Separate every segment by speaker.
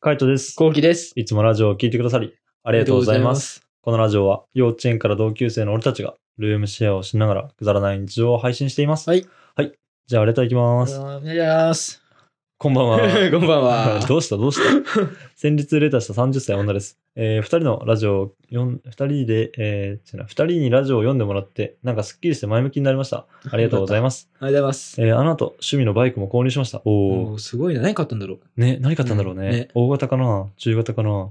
Speaker 1: カイトです。
Speaker 2: こうきです。
Speaker 1: いつもラジオを聞いてくださり、あ
Speaker 2: あ
Speaker 1: りがとうございます。
Speaker 2: す。
Speaker 1: このラジオは、幼稚園から同級生の俺たちが、ルームシェアをしながら、くだらない日常を配信しています。
Speaker 2: はい。
Speaker 1: はい。じゃあ、レターいきま
Speaker 2: お
Speaker 1: す。
Speaker 2: 願いします。
Speaker 1: こんばん
Speaker 2: こ
Speaker 1: は。
Speaker 2: んばんは
Speaker 1: 。どうしたどうした先日レターした30歳女です。えー、2人のラジオを読ん、2人で、えー、違うな、2人にラジオを読んでもらって、なんかすっきりして前向きになりました。ありがとうございます。
Speaker 2: ありがとうございます。
Speaker 1: えー、あの後、趣味のバイクも購入しました。おー
Speaker 2: おーすごいな。何買ったんだろう。
Speaker 1: ね、何買ったんだろうね。
Speaker 2: うんね
Speaker 1: 大型かな中型かな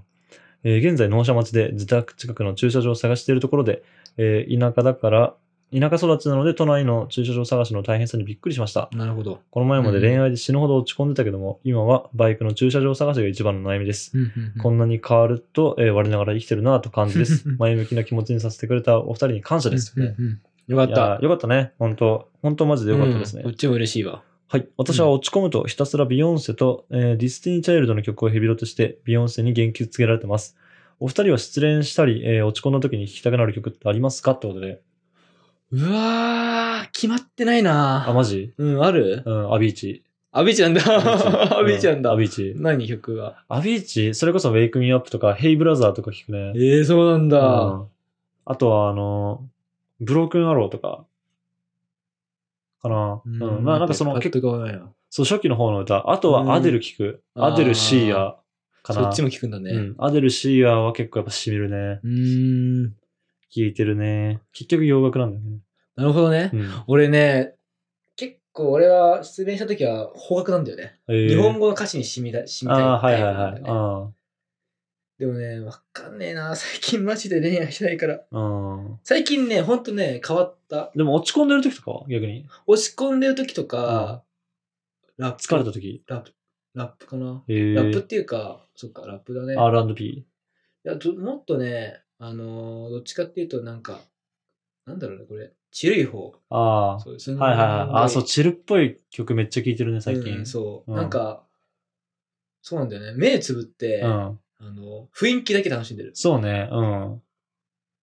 Speaker 1: えー現在、納車待ちで自宅近くの駐車場を探しているところで、えー田舎だから、田舎育ちなので都内の駐車場探しの大変さにびっくりしました。
Speaker 2: なるほど。
Speaker 1: この前まで
Speaker 2: うん
Speaker 1: 恋愛で死ぬほど落ち込んでたけども、今はバイクの駐車場探しが一番の悩みです。こ
Speaker 2: ん
Speaker 1: んなに変わると、えー我ながら生きてるなぁと感じです。前向きな気持ちにさせてくれたお二人に感謝です。
Speaker 2: うん
Speaker 1: よ
Speaker 2: うんうんよかった。
Speaker 1: よかったね。本当本当マジでよかったですね。
Speaker 2: うんこっちも嬉しいわ。
Speaker 1: はい。私は落ち込むとひたすらビヨンセと、えーディスティニー・チャイルドの曲をヘビロとしてビヨンセに元気づけられてます。お二人は失恋したり、えー落ち込んだ時に聴きたくなる曲ってありますかってことで。
Speaker 2: うわー、決まってない
Speaker 1: あ、
Speaker 2: な。
Speaker 1: マジ
Speaker 2: うん、ある
Speaker 1: うん、アビーチ。
Speaker 2: アビちゃんだ。 アビちゃん
Speaker 1: う
Speaker 2: だ
Speaker 1: ア。ビーチ。
Speaker 2: 何曲が。
Speaker 1: アビーチ、それこそウェイクミーアップとか、ヘイブラザーとか聞くね。
Speaker 2: えー、そうなん
Speaker 1: う
Speaker 2: だ。
Speaker 1: んあとは、あの、ブロークンアローとか、かな。うん。まあ、なんかその、
Speaker 2: 結
Speaker 1: 結構、
Speaker 2: 構、
Speaker 1: そう、初期の方の歌。あとはアデル聞く。
Speaker 2: うん
Speaker 1: アデル・シーアーかな。
Speaker 2: そっちも聞くんだ
Speaker 1: う
Speaker 2: ね。
Speaker 1: ん。アデル・シーアーは結構やっぱ染みるね。
Speaker 2: うーん。
Speaker 1: 聴いてるね。結局洋楽なんだよね。
Speaker 2: なるほどね。
Speaker 1: うん
Speaker 2: 俺ね、結構俺は失恋した時は邦楽なんだよね。
Speaker 1: えー
Speaker 2: 日本語の歌詞に染みだ染みたい
Speaker 1: ああ、は
Speaker 2: タイ
Speaker 1: い
Speaker 2: プ
Speaker 1: は
Speaker 2: ないんだ
Speaker 1: は
Speaker 2: よ
Speaker 1: い。あ
Speaker 2: ねでもね、わかんねえな。 最近マジで恋愛しないから。
Speaker 1: あうん。
Speaker 2: 最近ね、ほんとね、変わった。
Speaker 1: でも落ち込んでる時とかは逆に。
Speaker 2: 落ち込んでる時とか、ラップ。
Speaker 1: 疲れた時。
Speaker 2: ラップ。ラップかな。
Speaker 1: え
Speaker 2: ラップっ
Speaker 1: ー、
Speaker 2: ていうか、そっか、ラップだね。
Speaker 1: R&P。
Speaker 2: いやどもっとね、あのーどっちかっていうと、なんか、なんだろうね、これ。チルい方。
Speaker 1: あ
Speaker 2: そうですね
Speaker 1: あ。はいはいはい。ああ、そう、チルっぽい曲めっちゃ聴いてるね、最近。
Speaker 2: うんそう、
Speaker 1: うん
Speaker 2: なんかそうなんだよね目つぶって、
Speaker 1: うん。
Speaker 2: あの雰囲気だけ楽しんでる
Speaker 1: そうね、うん。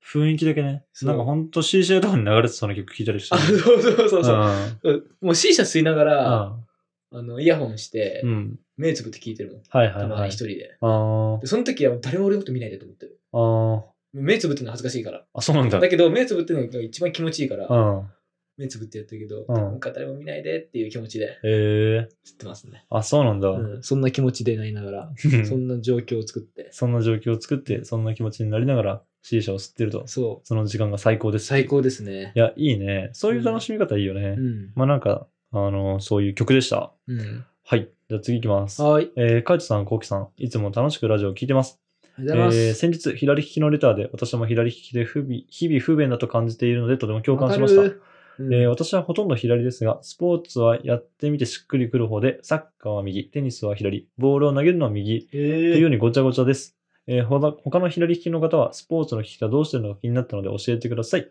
Speaker 1: 雰囲気だけね。
Speaker 2: そう
Speaker 1: なんかほんと C シェとかに流れてそうな曲聴いたりして
Speaker 2: あ
Speaker 1: る。
Speaker 2: そうそうそうそう、
Speaker 1: う
Speaker 2: もう C 社吸いな
Speaker 1: ん。
Speaker 2: が
Speaker 1: う
Speaker 2: ら、
Speaker 1: ん。
Speaker 2: あのイヤホンして、
Speaker 1: うん。
Speaker 2: 目つぶって聞いてるもん
Speaker 1: はいは
Speaker 2: た
Speaker 1: い
Speaker 2: ま
Speaker 1: は
Speaker 2: に
Speaker 1: い
Speaker 2: 一。人で
Speaker 1: あー
Speaker 2: でその時は誰も俺のこと見ないでと思ってる
Speaker 1: あー。
Speaker 2: 目つぶってるの恥ずかしいから
Speaker 1: あ、そうなんだ。
Speaker 2: だけど目つぶってるのが一番気持ちいいから、
Speaker 1: うん。
Speaker 2: 目つぶってやってるけど、
Speaker 1: うん
Speaker 2: なんか誰も見ないでっていう気持ちで
Speaker 1: ええ
Speaker 2: 知ってますね、
Speaker 1: あ、そうなんだ。
Speaker 2: うん、そんな気持ちでなりながらそんな状況を作っ て
Speaker 1: そんな状況を作って、そんな気持ちになりながら C 社を吸ってると、
Speaker 2: そ
Speaker 1: その時間が最高で
Speaker 2: う
Speaker 1: す。
Speaker 2: 最高ですね
Speaker 1: いや、いいね。そういう楽しみ方いいよね。
Speaker 2: うん、
Speaker 1: まあなんか、あの、そういう曲でした。
Speaker 2: うん、
Speaker 1: はい。じゃあ次行きます。
Speaker 2: はーい
Speaker 1: えー、カイトさん、コウキさん、いつも楽しくラジオを聞いてます。
Speaker 2: ありがとうござい
Speaker 1: え
Speaker 2: ま
Speaker 1: ー
Speaker 2: す。
Speaker 1: 先日、左利きのレターで、私も左利きで不備日々不便だと感じているので、とても共感しました
Speaker 2: わか。る。うん
Speaker 1: えー私はほとんど左ですが、スポーツはやってみてしっくりくる方で、サッカーは右、テニスは左、ボールを投げるのは右、というようにごちゃごちゃです。えーほだ他の左利きの方は、スポーツの利きがどうしてるのか気になったので教えてください。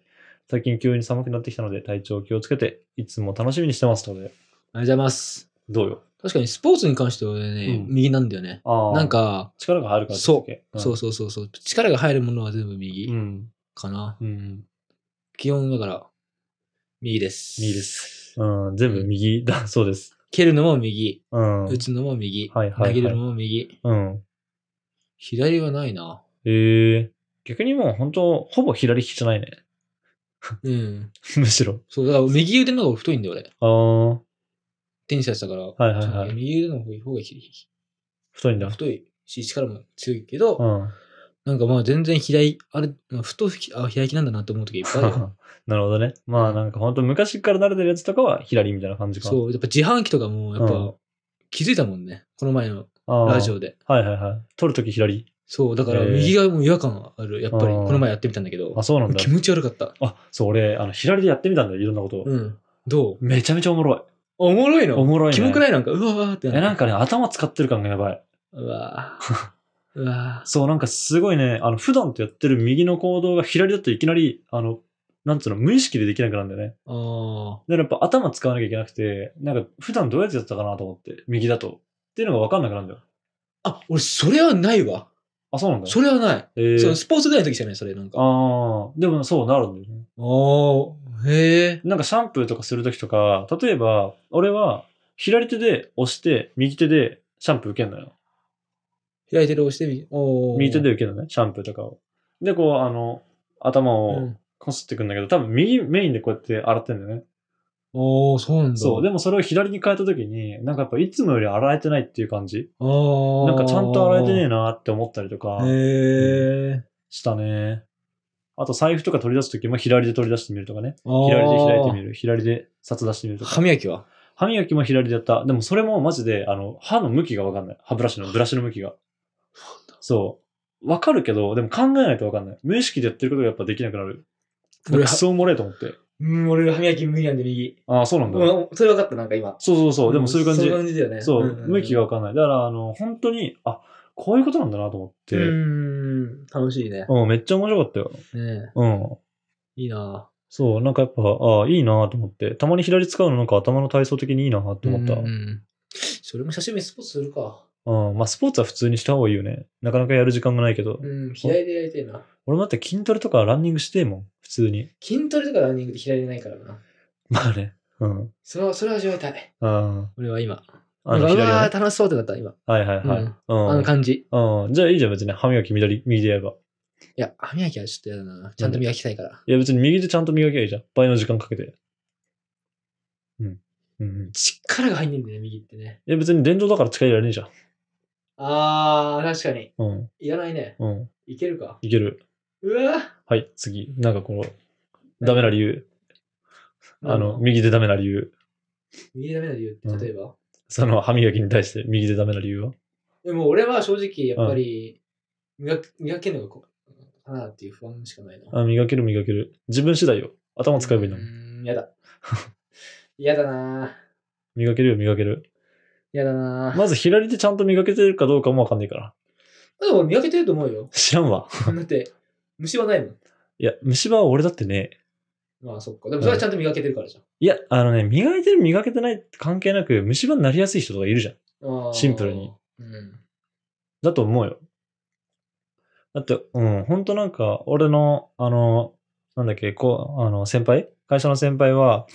Speaker 1: 最近急に寒くなってきたので、体調を気をつけて、いつも楽しみにしてます。ということで、
Speaker 2: ありがとうございます。
Speaker 1: どうよ。
Speaker 2: 確かにスポーツに関してはね、
Speaker 1: うん
Speaker 2: 右なんだよね。
Speaker 1: あー
Speaker 2: なん、か、
Speaker 1: 力が入るから
Speaker 2: そううそうそうそう、力が入るものは全部右
Speaker 1: ん。
Speaker 2: かな。
Speaker 1: うん。
Speaker 2: 基本だから、右です。
Speaker 1: 右です。うん。全部右だ、そうです。
Speaker 2: 蹴るのも右、
Speaker 1: うん。
Speaker 2: 打つのも右、
Speaker 1: はいはいはい
Speaker 2: 投げるのも右。
Speaker 1: うん。
Speaker 2: 左はないな。
Speaker 1: ええ逆にもう本当、ほぼ左利きじゃないね。
Speaker 2: うん。
Speaker 1: むしろ。
Speaker 2: そう、だから右腕の方が太いんだよ、俺。
Speaker 1: ああ、
Speaker 2: テニスやってたから、
Speaker 1: はいはいはい
Speaker 2: 右腕の方が太
Speaker 1: 太いんだ。
Speaker 2: いし、力も強いけど、
Speaker 1: うん。
Speaker 2: なんかまあ全然左、あれ、まあ太きあ、左利きなんだなって思う時いっぱいあるよ。
Speaker 1: なるほどね。まあなんか本当昔から慣れてるやつとかは左みたいな感じか。
Speaker 2: そう、やっぱ自販機とかも、やっぱ、
Speaker 1: うん
Speaker 2: 気づいたもんね。この前の
Speaker 1: あー
Speaker 2: ラジオで。
Speaker 1: はいはいはい。撮るとき左。
Speaker 2: そう、だから
Speaker 1: へー
Speaker 2: 右側も違和感ある。やっぱり、
Speaker 1: うん
Speaker 2: この前やってみたんだけど
Speaker 1: あ、、そうなんだ
Speaker 2: 気。持ち悪かった。
Speaker 1: あ、そう、俺、あの、左でやってみたんだよ、いろんなことを。
Speaker 2: うん。どう
Speaker 1: めちゃめちゃおもろい。
Speaker 2: おもろいの
Speaker 1: おもろいね
Speaker 2: キモくないなんか、うわーって
Speaker 1: え、
Speaker 2: る
Speaker 1: なんかね、頭使ってる感がやばい。
Speaker 2: うわー。うわ
Speaker 1: そう、なんかすごいね、あの、普段とやってる右の行動が左だといきなり、あの、なんつうの、無意識でできなくなるんだよね。
Speaker 2: ー。あ
Speaker 1: だからやっぱ頭使わなきゃいけなくて、なんか普段どうやってやってたかなと思って、右だと。っていうのが分かんなくなるんだよ。
Speaker 2: ー。あ、俺、それはないわ。
Speaker 1: あ、そうなんだ。
Speaker 2: それはない。
Speaker 1: えー
Speaker 2: そのスポーツぐらいの時じゃない、それ、なんか。あ
Speaker 1: ああ、でもそうなるんだよね。
Speaker 2: ー。へえ。
Speaker 1: なんかシャンプーとかするときとか、例えば、俺は左手で押して、右手でシャンプー受けんのよ。
Speaker 2: 左手で押して右、おー
Speaker 1: 右手で受けるのね、シャンプーとかを。で、こう、あの、頭
Speaker 2: う
Speaker 1: を
Speaker 2: ん
Speaker 1: こすってくんだけど、多分右メインでこうやって洗ってんだよね。
Speaker 2: おー、そうなんだ。
Speaker 1: そう。でもそれを左に変えた時に、なんかやっぱいつもより洗えてないっていう感じ。
Speaker 2: あー
Speaker 1: なんかちゃんと洗えてねえなって思ったりとか
Speaker 2: へえ。
Speaker 1: したね。あと財布とか取り出す時も左で取り出してみるとかね。
Speaker 2: 左
Speaker 1: 左で開いてみ
Speaker 2: る。
Speaker 1: る。左で札出してみると
Speaker 2: 歯
Speaker 1: か。
Speaker 2: 磨きは
Speaker 1: 歯磨きも左でやった。でもそれもマジで、あの、歯の向きがわかんない。歯ブラシの、ブラシの向きが。そう。わかるけど、でも考えないとわかんない。無意識でやってることがやっぱできなくなる。
Speaker 2: 俺
Speaker 1: クソおもれえと思って。
Speaker 2: うん、俺歯磨き無理なんで右。
Speaker 1: ああ、そうなんだ。
Speaker 2: うん、それ分かった、なんか今。
Speaker 1: そうそうそう。でもそういう感
Speaker 2: そう
Speaker 1: じ
Speaker 2: いう。感じだよね。
Speaker 1: そ
Speaker 2: んん
Speaker 1: う、
Speaker 2: ん
Speaker 1: 向きがわかんない。だから、あの、本当に、あ、こういうことなんだなと思って、
Speaker 2: う
Speaker 1: うん、
Speaker 2: ん、楽しいね。
Speaker 1: めっちゃ面白かったよ。
Speaker 2: ね
Speaker 1: うん。
Speaker 2: いいな
Speaker 1: そう、なんかやっぱ、あいいなと思って、たまに左使うのなんか頭の体操的にいいなと思った。
Speaker 2: うんう
Speaker 1: うん
Speaker 2: それも久しぶりにスポーツするか。
Speaker 1: ん、まあ、スポーツは普通にした方がいいよね。なかなかやる時間がないけど。
Speaker 2: うん、左でやりたいな。
Speaker 1: 俺もだって筋トレとかランニングしてえもん、普通 に。
Speaker 2: 筋トレとかランニングで左でないからな。
Speaker 1: まあね。うん。
Speaker 2: それは、それは味わいたい。
Speaker 1: あ
Speaker 2: 俺は今。
Speaker 1: あ
Speaker 2: なん
Speaker 1: の
Speaker 2: かう
Speaker 1: 左は
Speaker 2: わ
Speaker 1: ね、
Speaker 2: ー楽しそうってなった、今。
Speaker 1: はいはいはい。
Speaker 2: うんあ
Speaker 1: う
Speaker 2: の
Speaker 1: ん。
Speaker 2: 感じ。
Speaker 1: うん、じゃあいいじゃん、別に歯磨き左、右でやれば。
Speaker 2: いや、歯磨きはちょっとやだな。ちゃんと磨きたいから。
Speaker 1: いや、別に右でちゃんと磨きゃいいじゃん。倍の時間かけて。うん。うんうん。
Speaker 2: 力が入んねえんだよね、右ってね。
Speaker 1: いや別に電動だから力いらねえじゃん。
Speaker 2: あー、確かに。
Speaker 1: うん。
Speaker 2: いらないね。
Speaker 1: うん。
Speaker 2: いけるか。
Speaker 1: いける。
Speaker 2: うわー
Speaker 1: はい、次。なんかこの、ダメな理由。あ
Speaker 2: なんだ
Speaker 1: の、右でダメな理由。
Speaker 2: 右ダメな理由
Speaker 1: う
Speaker 2: っ
Speaker 1: ん
Speaker 2: て、例えば、
Speaker 1: その歯磨きに対して右でダメな理由は
Speaker 2: でも俺は正直、やっぱり、磨く磨けるのがこう、かなっていう不安しかないな。
Speaker 1: あ、磨ける磨ける。自分次第よ。頭使えばいいの
Speaker 2: う。ーん、やだ。 嫌だな
Speaker 1: 磨けるよ、磨ける。
Speaker 2: 嫌だなぁ。
Speaker 1: まず左でちゃんと磨けてるかどうかもわかんないから。。
Speaker 2: でも磨けてると思うよ
Speaker 1: 知らんわ。
Speaker 2: だって、虫はないもん。
Speaker 1: いや、虫歯は俺だってね。
Speaker 2: まあそっか。でもそれはちゃんと磨けてるからじゃん。
Speaker 1: いや、あのね、磨いてる磨けてないって関係なく、虫歯になりやすい人とかいるじゃん。
Speaker 2: あー
Speaker 1: シンプルに。
Speaker 2: うん。
Speaker 1: だと思うよ。だって、うん、ほんとなんか、俺の、あの、なんだっけ、こう、あの、先輩会社の先輩は、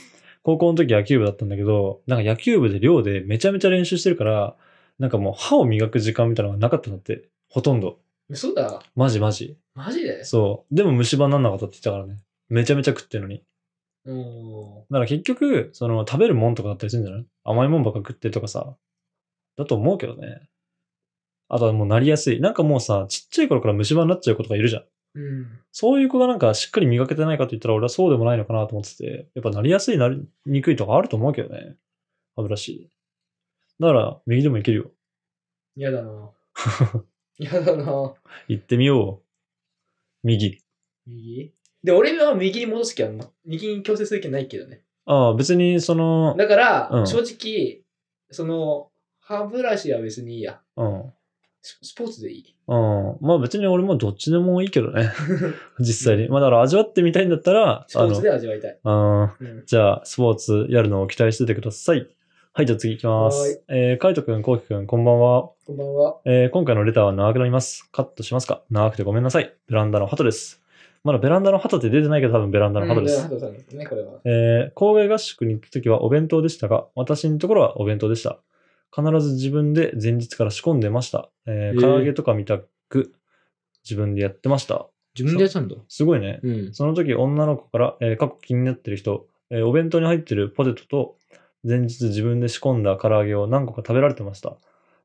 Speaker 1: 高校の時野球部だったんだけど、なんか野球部で寮でめちゃめちゃ練習してるから、なんかもう歯を磨く時間みたいなのがなかったんだって。ほとんど。
Speaker 2: 嘘だ。
Speaker 1: マジマジ。
Speaker 2: マジで
Speaker 1: そう。でも虫歯になんなかったって言ってたからね。めちゃめちゃ食ってるのに。
Speaker 2: お
Speaker 1: だから結局、その、食べるもんとかだったりするんじゃない甘いもんばっか食ってとかさ。だと思うけどね。あとはもうなりやすい。なんかもうさ、ちっちゃい頃から虫歯になっちゃう子とかいるじゃん。
Speaker 2: ーうん。
Speaker 1: そういう子がなんかしっかり磨けてないかと言ったら俺はそうでもないのかなと思ってて、やっぱなりやすい、なりにくいとかあると思うけどね。歯ブラシ。だから、右でもいけるよ。
Speaker 2: 嫌だな 嫌だな
Speaker 1: 行ってみよう。右。
Speaker 2: 右で、俺は右に戻す気は、右に強制する気はないけどね。
Speaker 1: ああ、別にその、
Speaker 2: だから、
Speaker 1: うん
Speaker 2: 正直、その、歯ブラシは別にいいや。
Speaker 1: うん。
Speaker 2: ススポーツでいい。
Speaker 1: うん。まあ別に俺もどっちでもいいけどね。実際に。まあだから味わってみたいんだったら、
Speaker 2: スポ
Speaker 1: あ
Speaker 2: ー
Speaker 1: の
Speaker 2: ツ、で味わいたい。
Speaker 1: うん。
Speaker 2: うん、
Speaker 1: じゃあ、スポーツやるのを期待しててください。はい、じゃあ次行きます。えー、カイトくん、コウキくん、こんばんは。
Speaker 2: こんばんは。
Speaker 1: えー今回のレターは長くなります。カットしますか長くてごめんなさい。ベランダの鳩です。まだベランダの鳩って出てないけど多分ベランダの鳩で
Speaker 2: うん
Speaker 1: す。
Speaker 2: ハトさんですね、これは。
Speaker 1: えー郊外合宿に行くときはお弁当でしたが、私のところはお弁当でした。必ず自分で前日から仕込んでました。え
Speaker 2: へ
Speaker 1: ー、
Speaker 2: ー
Speaker 1: 唐揚げとか見たく自分でやってました。
Speaker 2: 自
Speaker 1: 分でや
Speaker 2: ったんだ。
Speaker 1: すごいね。
Speaker 2: うん。
Speaker 1: その時女の子から、えー過去気になってる人、えーお弁当に入ってるポテトと前日自分で仕込んだ唐揚げを何個か食べられてました。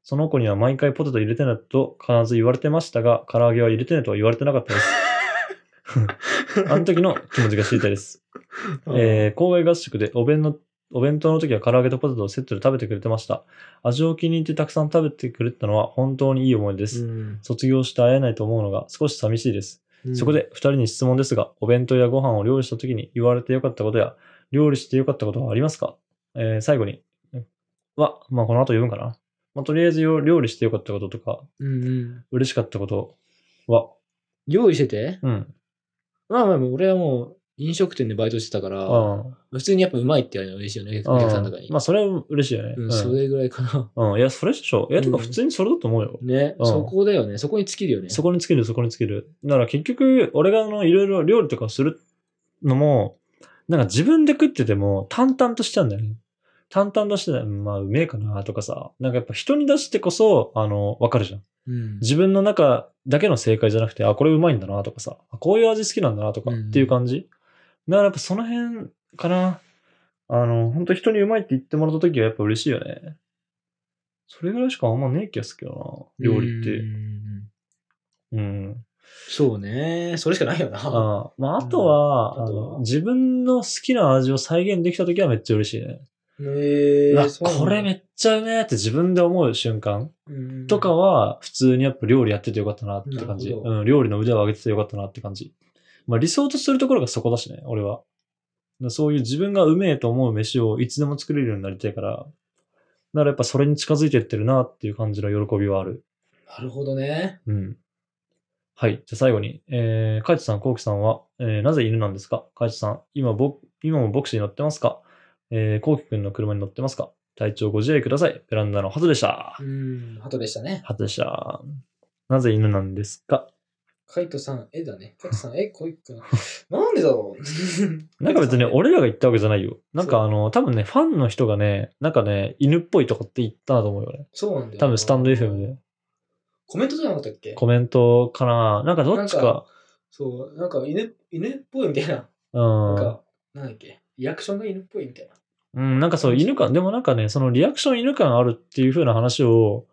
Speaker 1: その子には毎回ポテト入れてねと必ず言われてましたが、唐揚げは入れてねとは言われてなかったです。 あの時の気持ちが知りたいです。えー、郊外合宿でお弁のお弁当の時は唐揚げとポテトをセットで食べてくれてました。味を気に入ってたくさん食べてくれたのは本当にいい思い出です。
Speaker 2: うん
Speaker 1: 卒業して会えないと思うのが少し寂しいです。そこ、で2人に質問ですが、お弁当やご飯を料理した時に言われてよかったことや、料理してよかったことはありますか、えー最後に。は、まあこの後読むかな。まあとりあえずよ料理してよかったこととか、
Speaker 2: うんうん、
Speaker 1: 嬉しかったことは、
Speaker 2: 用意してて
Speaker 1: うん。
Speaker 2: まあまあ、俺はもう飲食店でバイトしてたから、
Speaker 1: うん。
Speaker 2: 普通にやっぱうまいって言われるの嬉しいよね、
Speaker 1: う
Speaker 2: お客さんとか
Speaker 1: ん
Speaker 2: に。
Speaker 1: まあそれは嬉しいよね。
Speaker 2: う、
Speaker 1: うん
Speaker 2: そ
Speaker 1: ん。
Speaker 2: れぐらいかな。
Speaker 1: うん、いや、それっしょ。いや、てか普通にそれだと思うよ。
Speaker 2: ね、
Speaker 1: うん
Speaker 2: そこだよね。そこに尽きるよね。
Speaker 1: そこにつける、そこにつける。だから結局、俺があの、いろいろ料理とかするのも、なんか自分で食ってても淡々としちゃうんだよね。淡々としてたら、うんまあ、うめえかなとかさ、なんかやっぱ人に出してこそ、あの、わかるじゃん。
Speaker 2: うん。
Speaker 1: 自分の中だけの正解じゃなくて、あ、これうまいんだなとかさ、あこういう味好きなんだなとか
Speaker 2: うん
Speaker 1: っていう感じ。だからやっぱその辺かな。あの、本当人にうまいって言ってもらった時はやっぱ嬉しいよね。それぐらいしかあんまねえ気がするけどな、料理って。
Speaker 2: うん
Speaker 1: うん。
Speaker 2: そうね。それしかないよな。
Speaker 1: あまあ、あとは、
Speaker 2: うん
Speaker 1: あ
Speaker 2: あとは
Speaker 1: の自分の好きな味を再現できた時はめっちゃ嬉しいね。
Speaker 2: えー
Speaker 1: うわ
Speaker 2: そうなんだ
Speaker 1: これめっちゃうめえって自分で思う瞬間
Speaker 2: うん
Speaker 1: とかは、普通にやっぱ料理やっててよかったなって感じ。
Speaker 2: なるほ
Speaker 1: うん、料理の腕を上げててよかったなって感じ。まあ理想とするところがそこだしね、俺は。そういう自分がうめえと思う飯をいつでも作れるようになりたいから、だからやっぱそれに近づいてってるなっていう感じの喜びはある。
Speaker 2: なるほどね。
Speaker 1: うん。はい。じゃあ最後に、えー、カイトさん、コウキさんは、えーなぜ犬なんですかカイトさん、今ボ、今もボクシーに乗ってますかえー、コウキくんの車に乗ってますか体調ご自愛ください。ベランダのハトでした
Speaker 2: う。ん。鳩でしたね。
Speaker 1: ハトでした。なぜ犬なんですか
Speaker 2: カイトさん、絵 だね。カイトさん、絵、こういくなんでだろ う。
Speaker 1: なんか別に
Speaker 2: カイトさん
Speaker 1: 俺らが言ったわけじゃないよ。なん
Speaker 2: そ
Speaker 1: かあ
Speaker 2: う
Speaker 1: の、多分ね、ファンの人がね、なんかね、犬っぽいとかって言ったと思うよね。
Speaker 2: そうなんだよ。
Speaker 1: 多分スタンド FM で。
Speaker 2: コメントじゃなかったっけ
Speaker 1: コメントかななんかどっち
Speaker 2: なん
Speaker 1: か、
Speaker 2: そう、なんか犬犬っぽいみたいな。
Speaker 1: うん。
Speaker 2: なんか、なんだっけリアクションが犬っぽいみたいな。
Speaker 1: うん、なんかそう、犬感、でもなんかね、そのリアクション犬感あるっていう風な話を、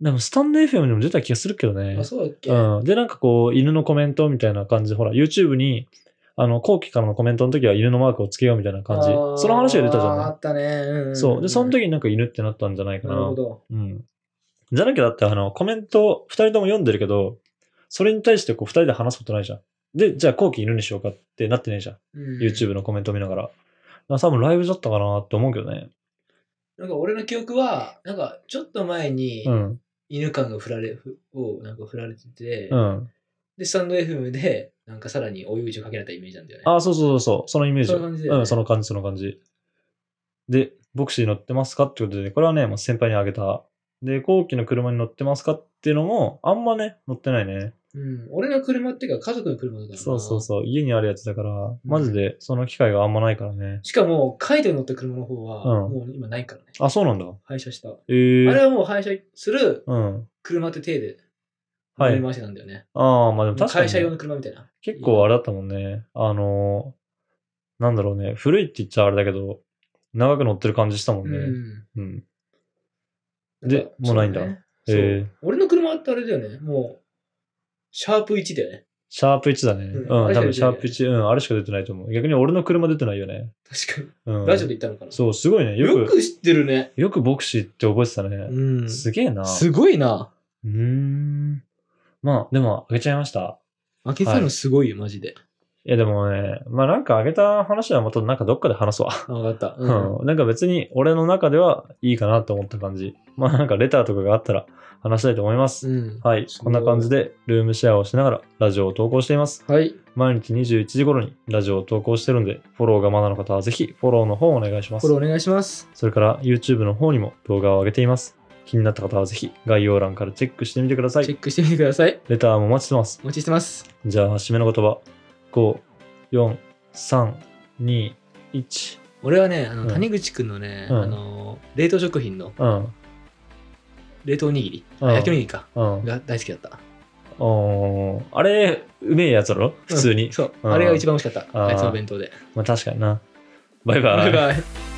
Speaker 1: でもスタンド FM にも出た気がするけどね
Speaker 2: あ、。そうだっけ、
Speaker 1: うん。で、なんかこう、犬のコメントみたいな感じで、ほら、YouTube に、あの、後期からのコメントの時は犬のマークをつけようみたいな感じ。
Speaker 2: あー
Speaker 1: その話が出たじゃ
Speaker 2: あ
Speaker 1: な
Speaker 2: ったね。うんうんうん
Speaker 1: い。そう。で、その時になんか犬ってなったんじゃないか
Speaker 2: な
Speaker 1: な。
Speaker 2: るほど。
Speaker 1: うん。じゃなきゃだって、あの、コメント、二人とも読んでるけど、それに対してこう、二人で話すことないじゃん。で、じゃあ後期犬にしようかってなってねえじゃん。
Speaker 2: うん
Speaker 1: YouTube のコメント見ながら。だから多分ライブだったかなって思うけどね。
Speaker 2: なんか俺の記憶は、なんかちょっと前に
Speaker 1: うん。
Speaker 2: 犬感が振られ、ふをなんか振られてて、
Speaker 1: うん。
Speaker 2: で、スタンド FM で、なんかさらに追い打ちをかけられたイメージなんだよね。
Speaker 1: あ、そうそうそうそう、そのイメージ。
Speaker 2: そんな感じだよね
Speaker 1: うん、その感じ、その感じ。で、ボクシー乗ってますかってことで、これはね、もう先輩にあげた。で、後期の車に乗ってますかっていうのも、あんまね、乗ってないね。
Speaker 2: うん、俺の車っていうか家族の車だからな
Speaker 1: そうそうそう、家にあるやつだから、マジでその機会があんまないからね。
Speaker 2: しかも、カイトに乗った車の方は、
Speaker 1: うん
Speaker 2: もう今ないからね。
Speaker 1: あ、そうなんだ。
Speaker 2: 廃車した。
Speaker 1: え
Speaker 2: あれ
Speaker 1: ー。
Speaker 2: はもう廃車する
Speaker 1: うん。
Speaker 2: 車って手で乗
Speaker 1: は
Speaker 2: り
Speaker 1: い。
Speaker 2: 回しなんだよね。
Speaker 1: ああ、まあでも確か
Speaker 2: 会
Speaker 1: に
Speaker 2: 社
Speaker 1: ね、
Speaker 2: 用の車みたいな。
Speaker 1: 結構あれだったもんね。あのー、なんだろうね、古いって言っちゃあれだけど、長く乗ってる感じしたもんね。うん。
Speaker 2: うん。
Speaker 1: で
Speaker 2: なんか
Speaker 1: もうないんだ
Speaker 2: そうね
Speaker 1: へえ
Speaker 2: そう俺の車ってあれだよね。もう、シャープ1だよね。
Speaker 1: シャープ1だね。
Speaker 2: う
Speaker 1: うんん、
Speaker 2: あれし
Speaker 1: 多分
Speaker 2: か出て
Speaker 1: シ
Speaker 2: な
Speaker 1: ャ
Speaker 2: い
Speaker 1: ープ1、うん、あれしか出てないと思う。逆に俺の車出てないよね。
Speaker 2: 確かに。
Speaker 1: うん。
Speaker 2: ラジオで言ったのかな。
Speaker 1: そう、すごいね。よ
Speaker 2: よ
Speaker 1: く、
Speaker 2: く知ってるね。
Speaker 1: よくボクシーって覚えてたね。
Speaker 2: うんす
Speaker 1: すげえな。う
Speaker 2: ごいな。
Speaker 1: ーん。まあ、でも、あげちゃいました。
Speaker 2: 開けたのすごいよ、マジで。
Speaker 1: いや、でもね、まあなんかあげた話はまたなんかどっかで話すわ。
Speaker 2: あわかった。
Speaker 1: う
Speaker 2: うん
Speaker 1: ん。なんか別に俺の中ではいいかなと思った感じ。まあなんかレターとかがあったら話したいと思います。
Speaker 2: うん。
Speaker 1: はい。
Speaker 2: す
Speaker 1: こ
Speaker 2: ご
Speaker 1: ん
Speaker 2: い
Speaker 1: な感じでルームシェアをしながらラジオを投稿しています。
Speaker 2: はい。
Speaker 1: 毎日21時頃にラジオを投稿してるんで、フォローがまだの方はぜひフォローの方をお願いしま
Speaker 2: こ
Speaker 1: す
Speaker 2: れ。お願いします。
Speaker 1: それから YouTube の方にも動画を上げています。気になった方はぜひ概要欄からチェックしてみてくださ
Speaker 2: チェ
Speaker 1: い。
Speaker 2: ックしてみてください。
Speaker 1: レターもお待ちしてます。
Speaker 2: お待ちしてます。
Speaker 1: じゃあ、締めの言葉。5、4、3、2、1。
Speaker 2: 俺はね、あ
Speaker 1: うん
Speaker 2: の、谷口くんのね、
Speaker 1: うん
Speaker 2: あの、冷凍食品の
Speaker 1: うん。
Speaker 2: 冷凍おにぎり、
Speaker 1: うん
Speaker 2: あ焼きおにぎりか、
Speaker 1: うん。
Speaker 2: が大好きだった。
Speaker 1: おーあれ、うめえやつだろ普通に。
Speaker 2: そう。
Speaker 1: うん
Speaker 2: あれが一番美味しかった。
Speaker 1: あー
Speaker 2: あいつの弁当で。
Speaker 1: まあ確かにな。バイバイ。
Speaker 2: バイバイ。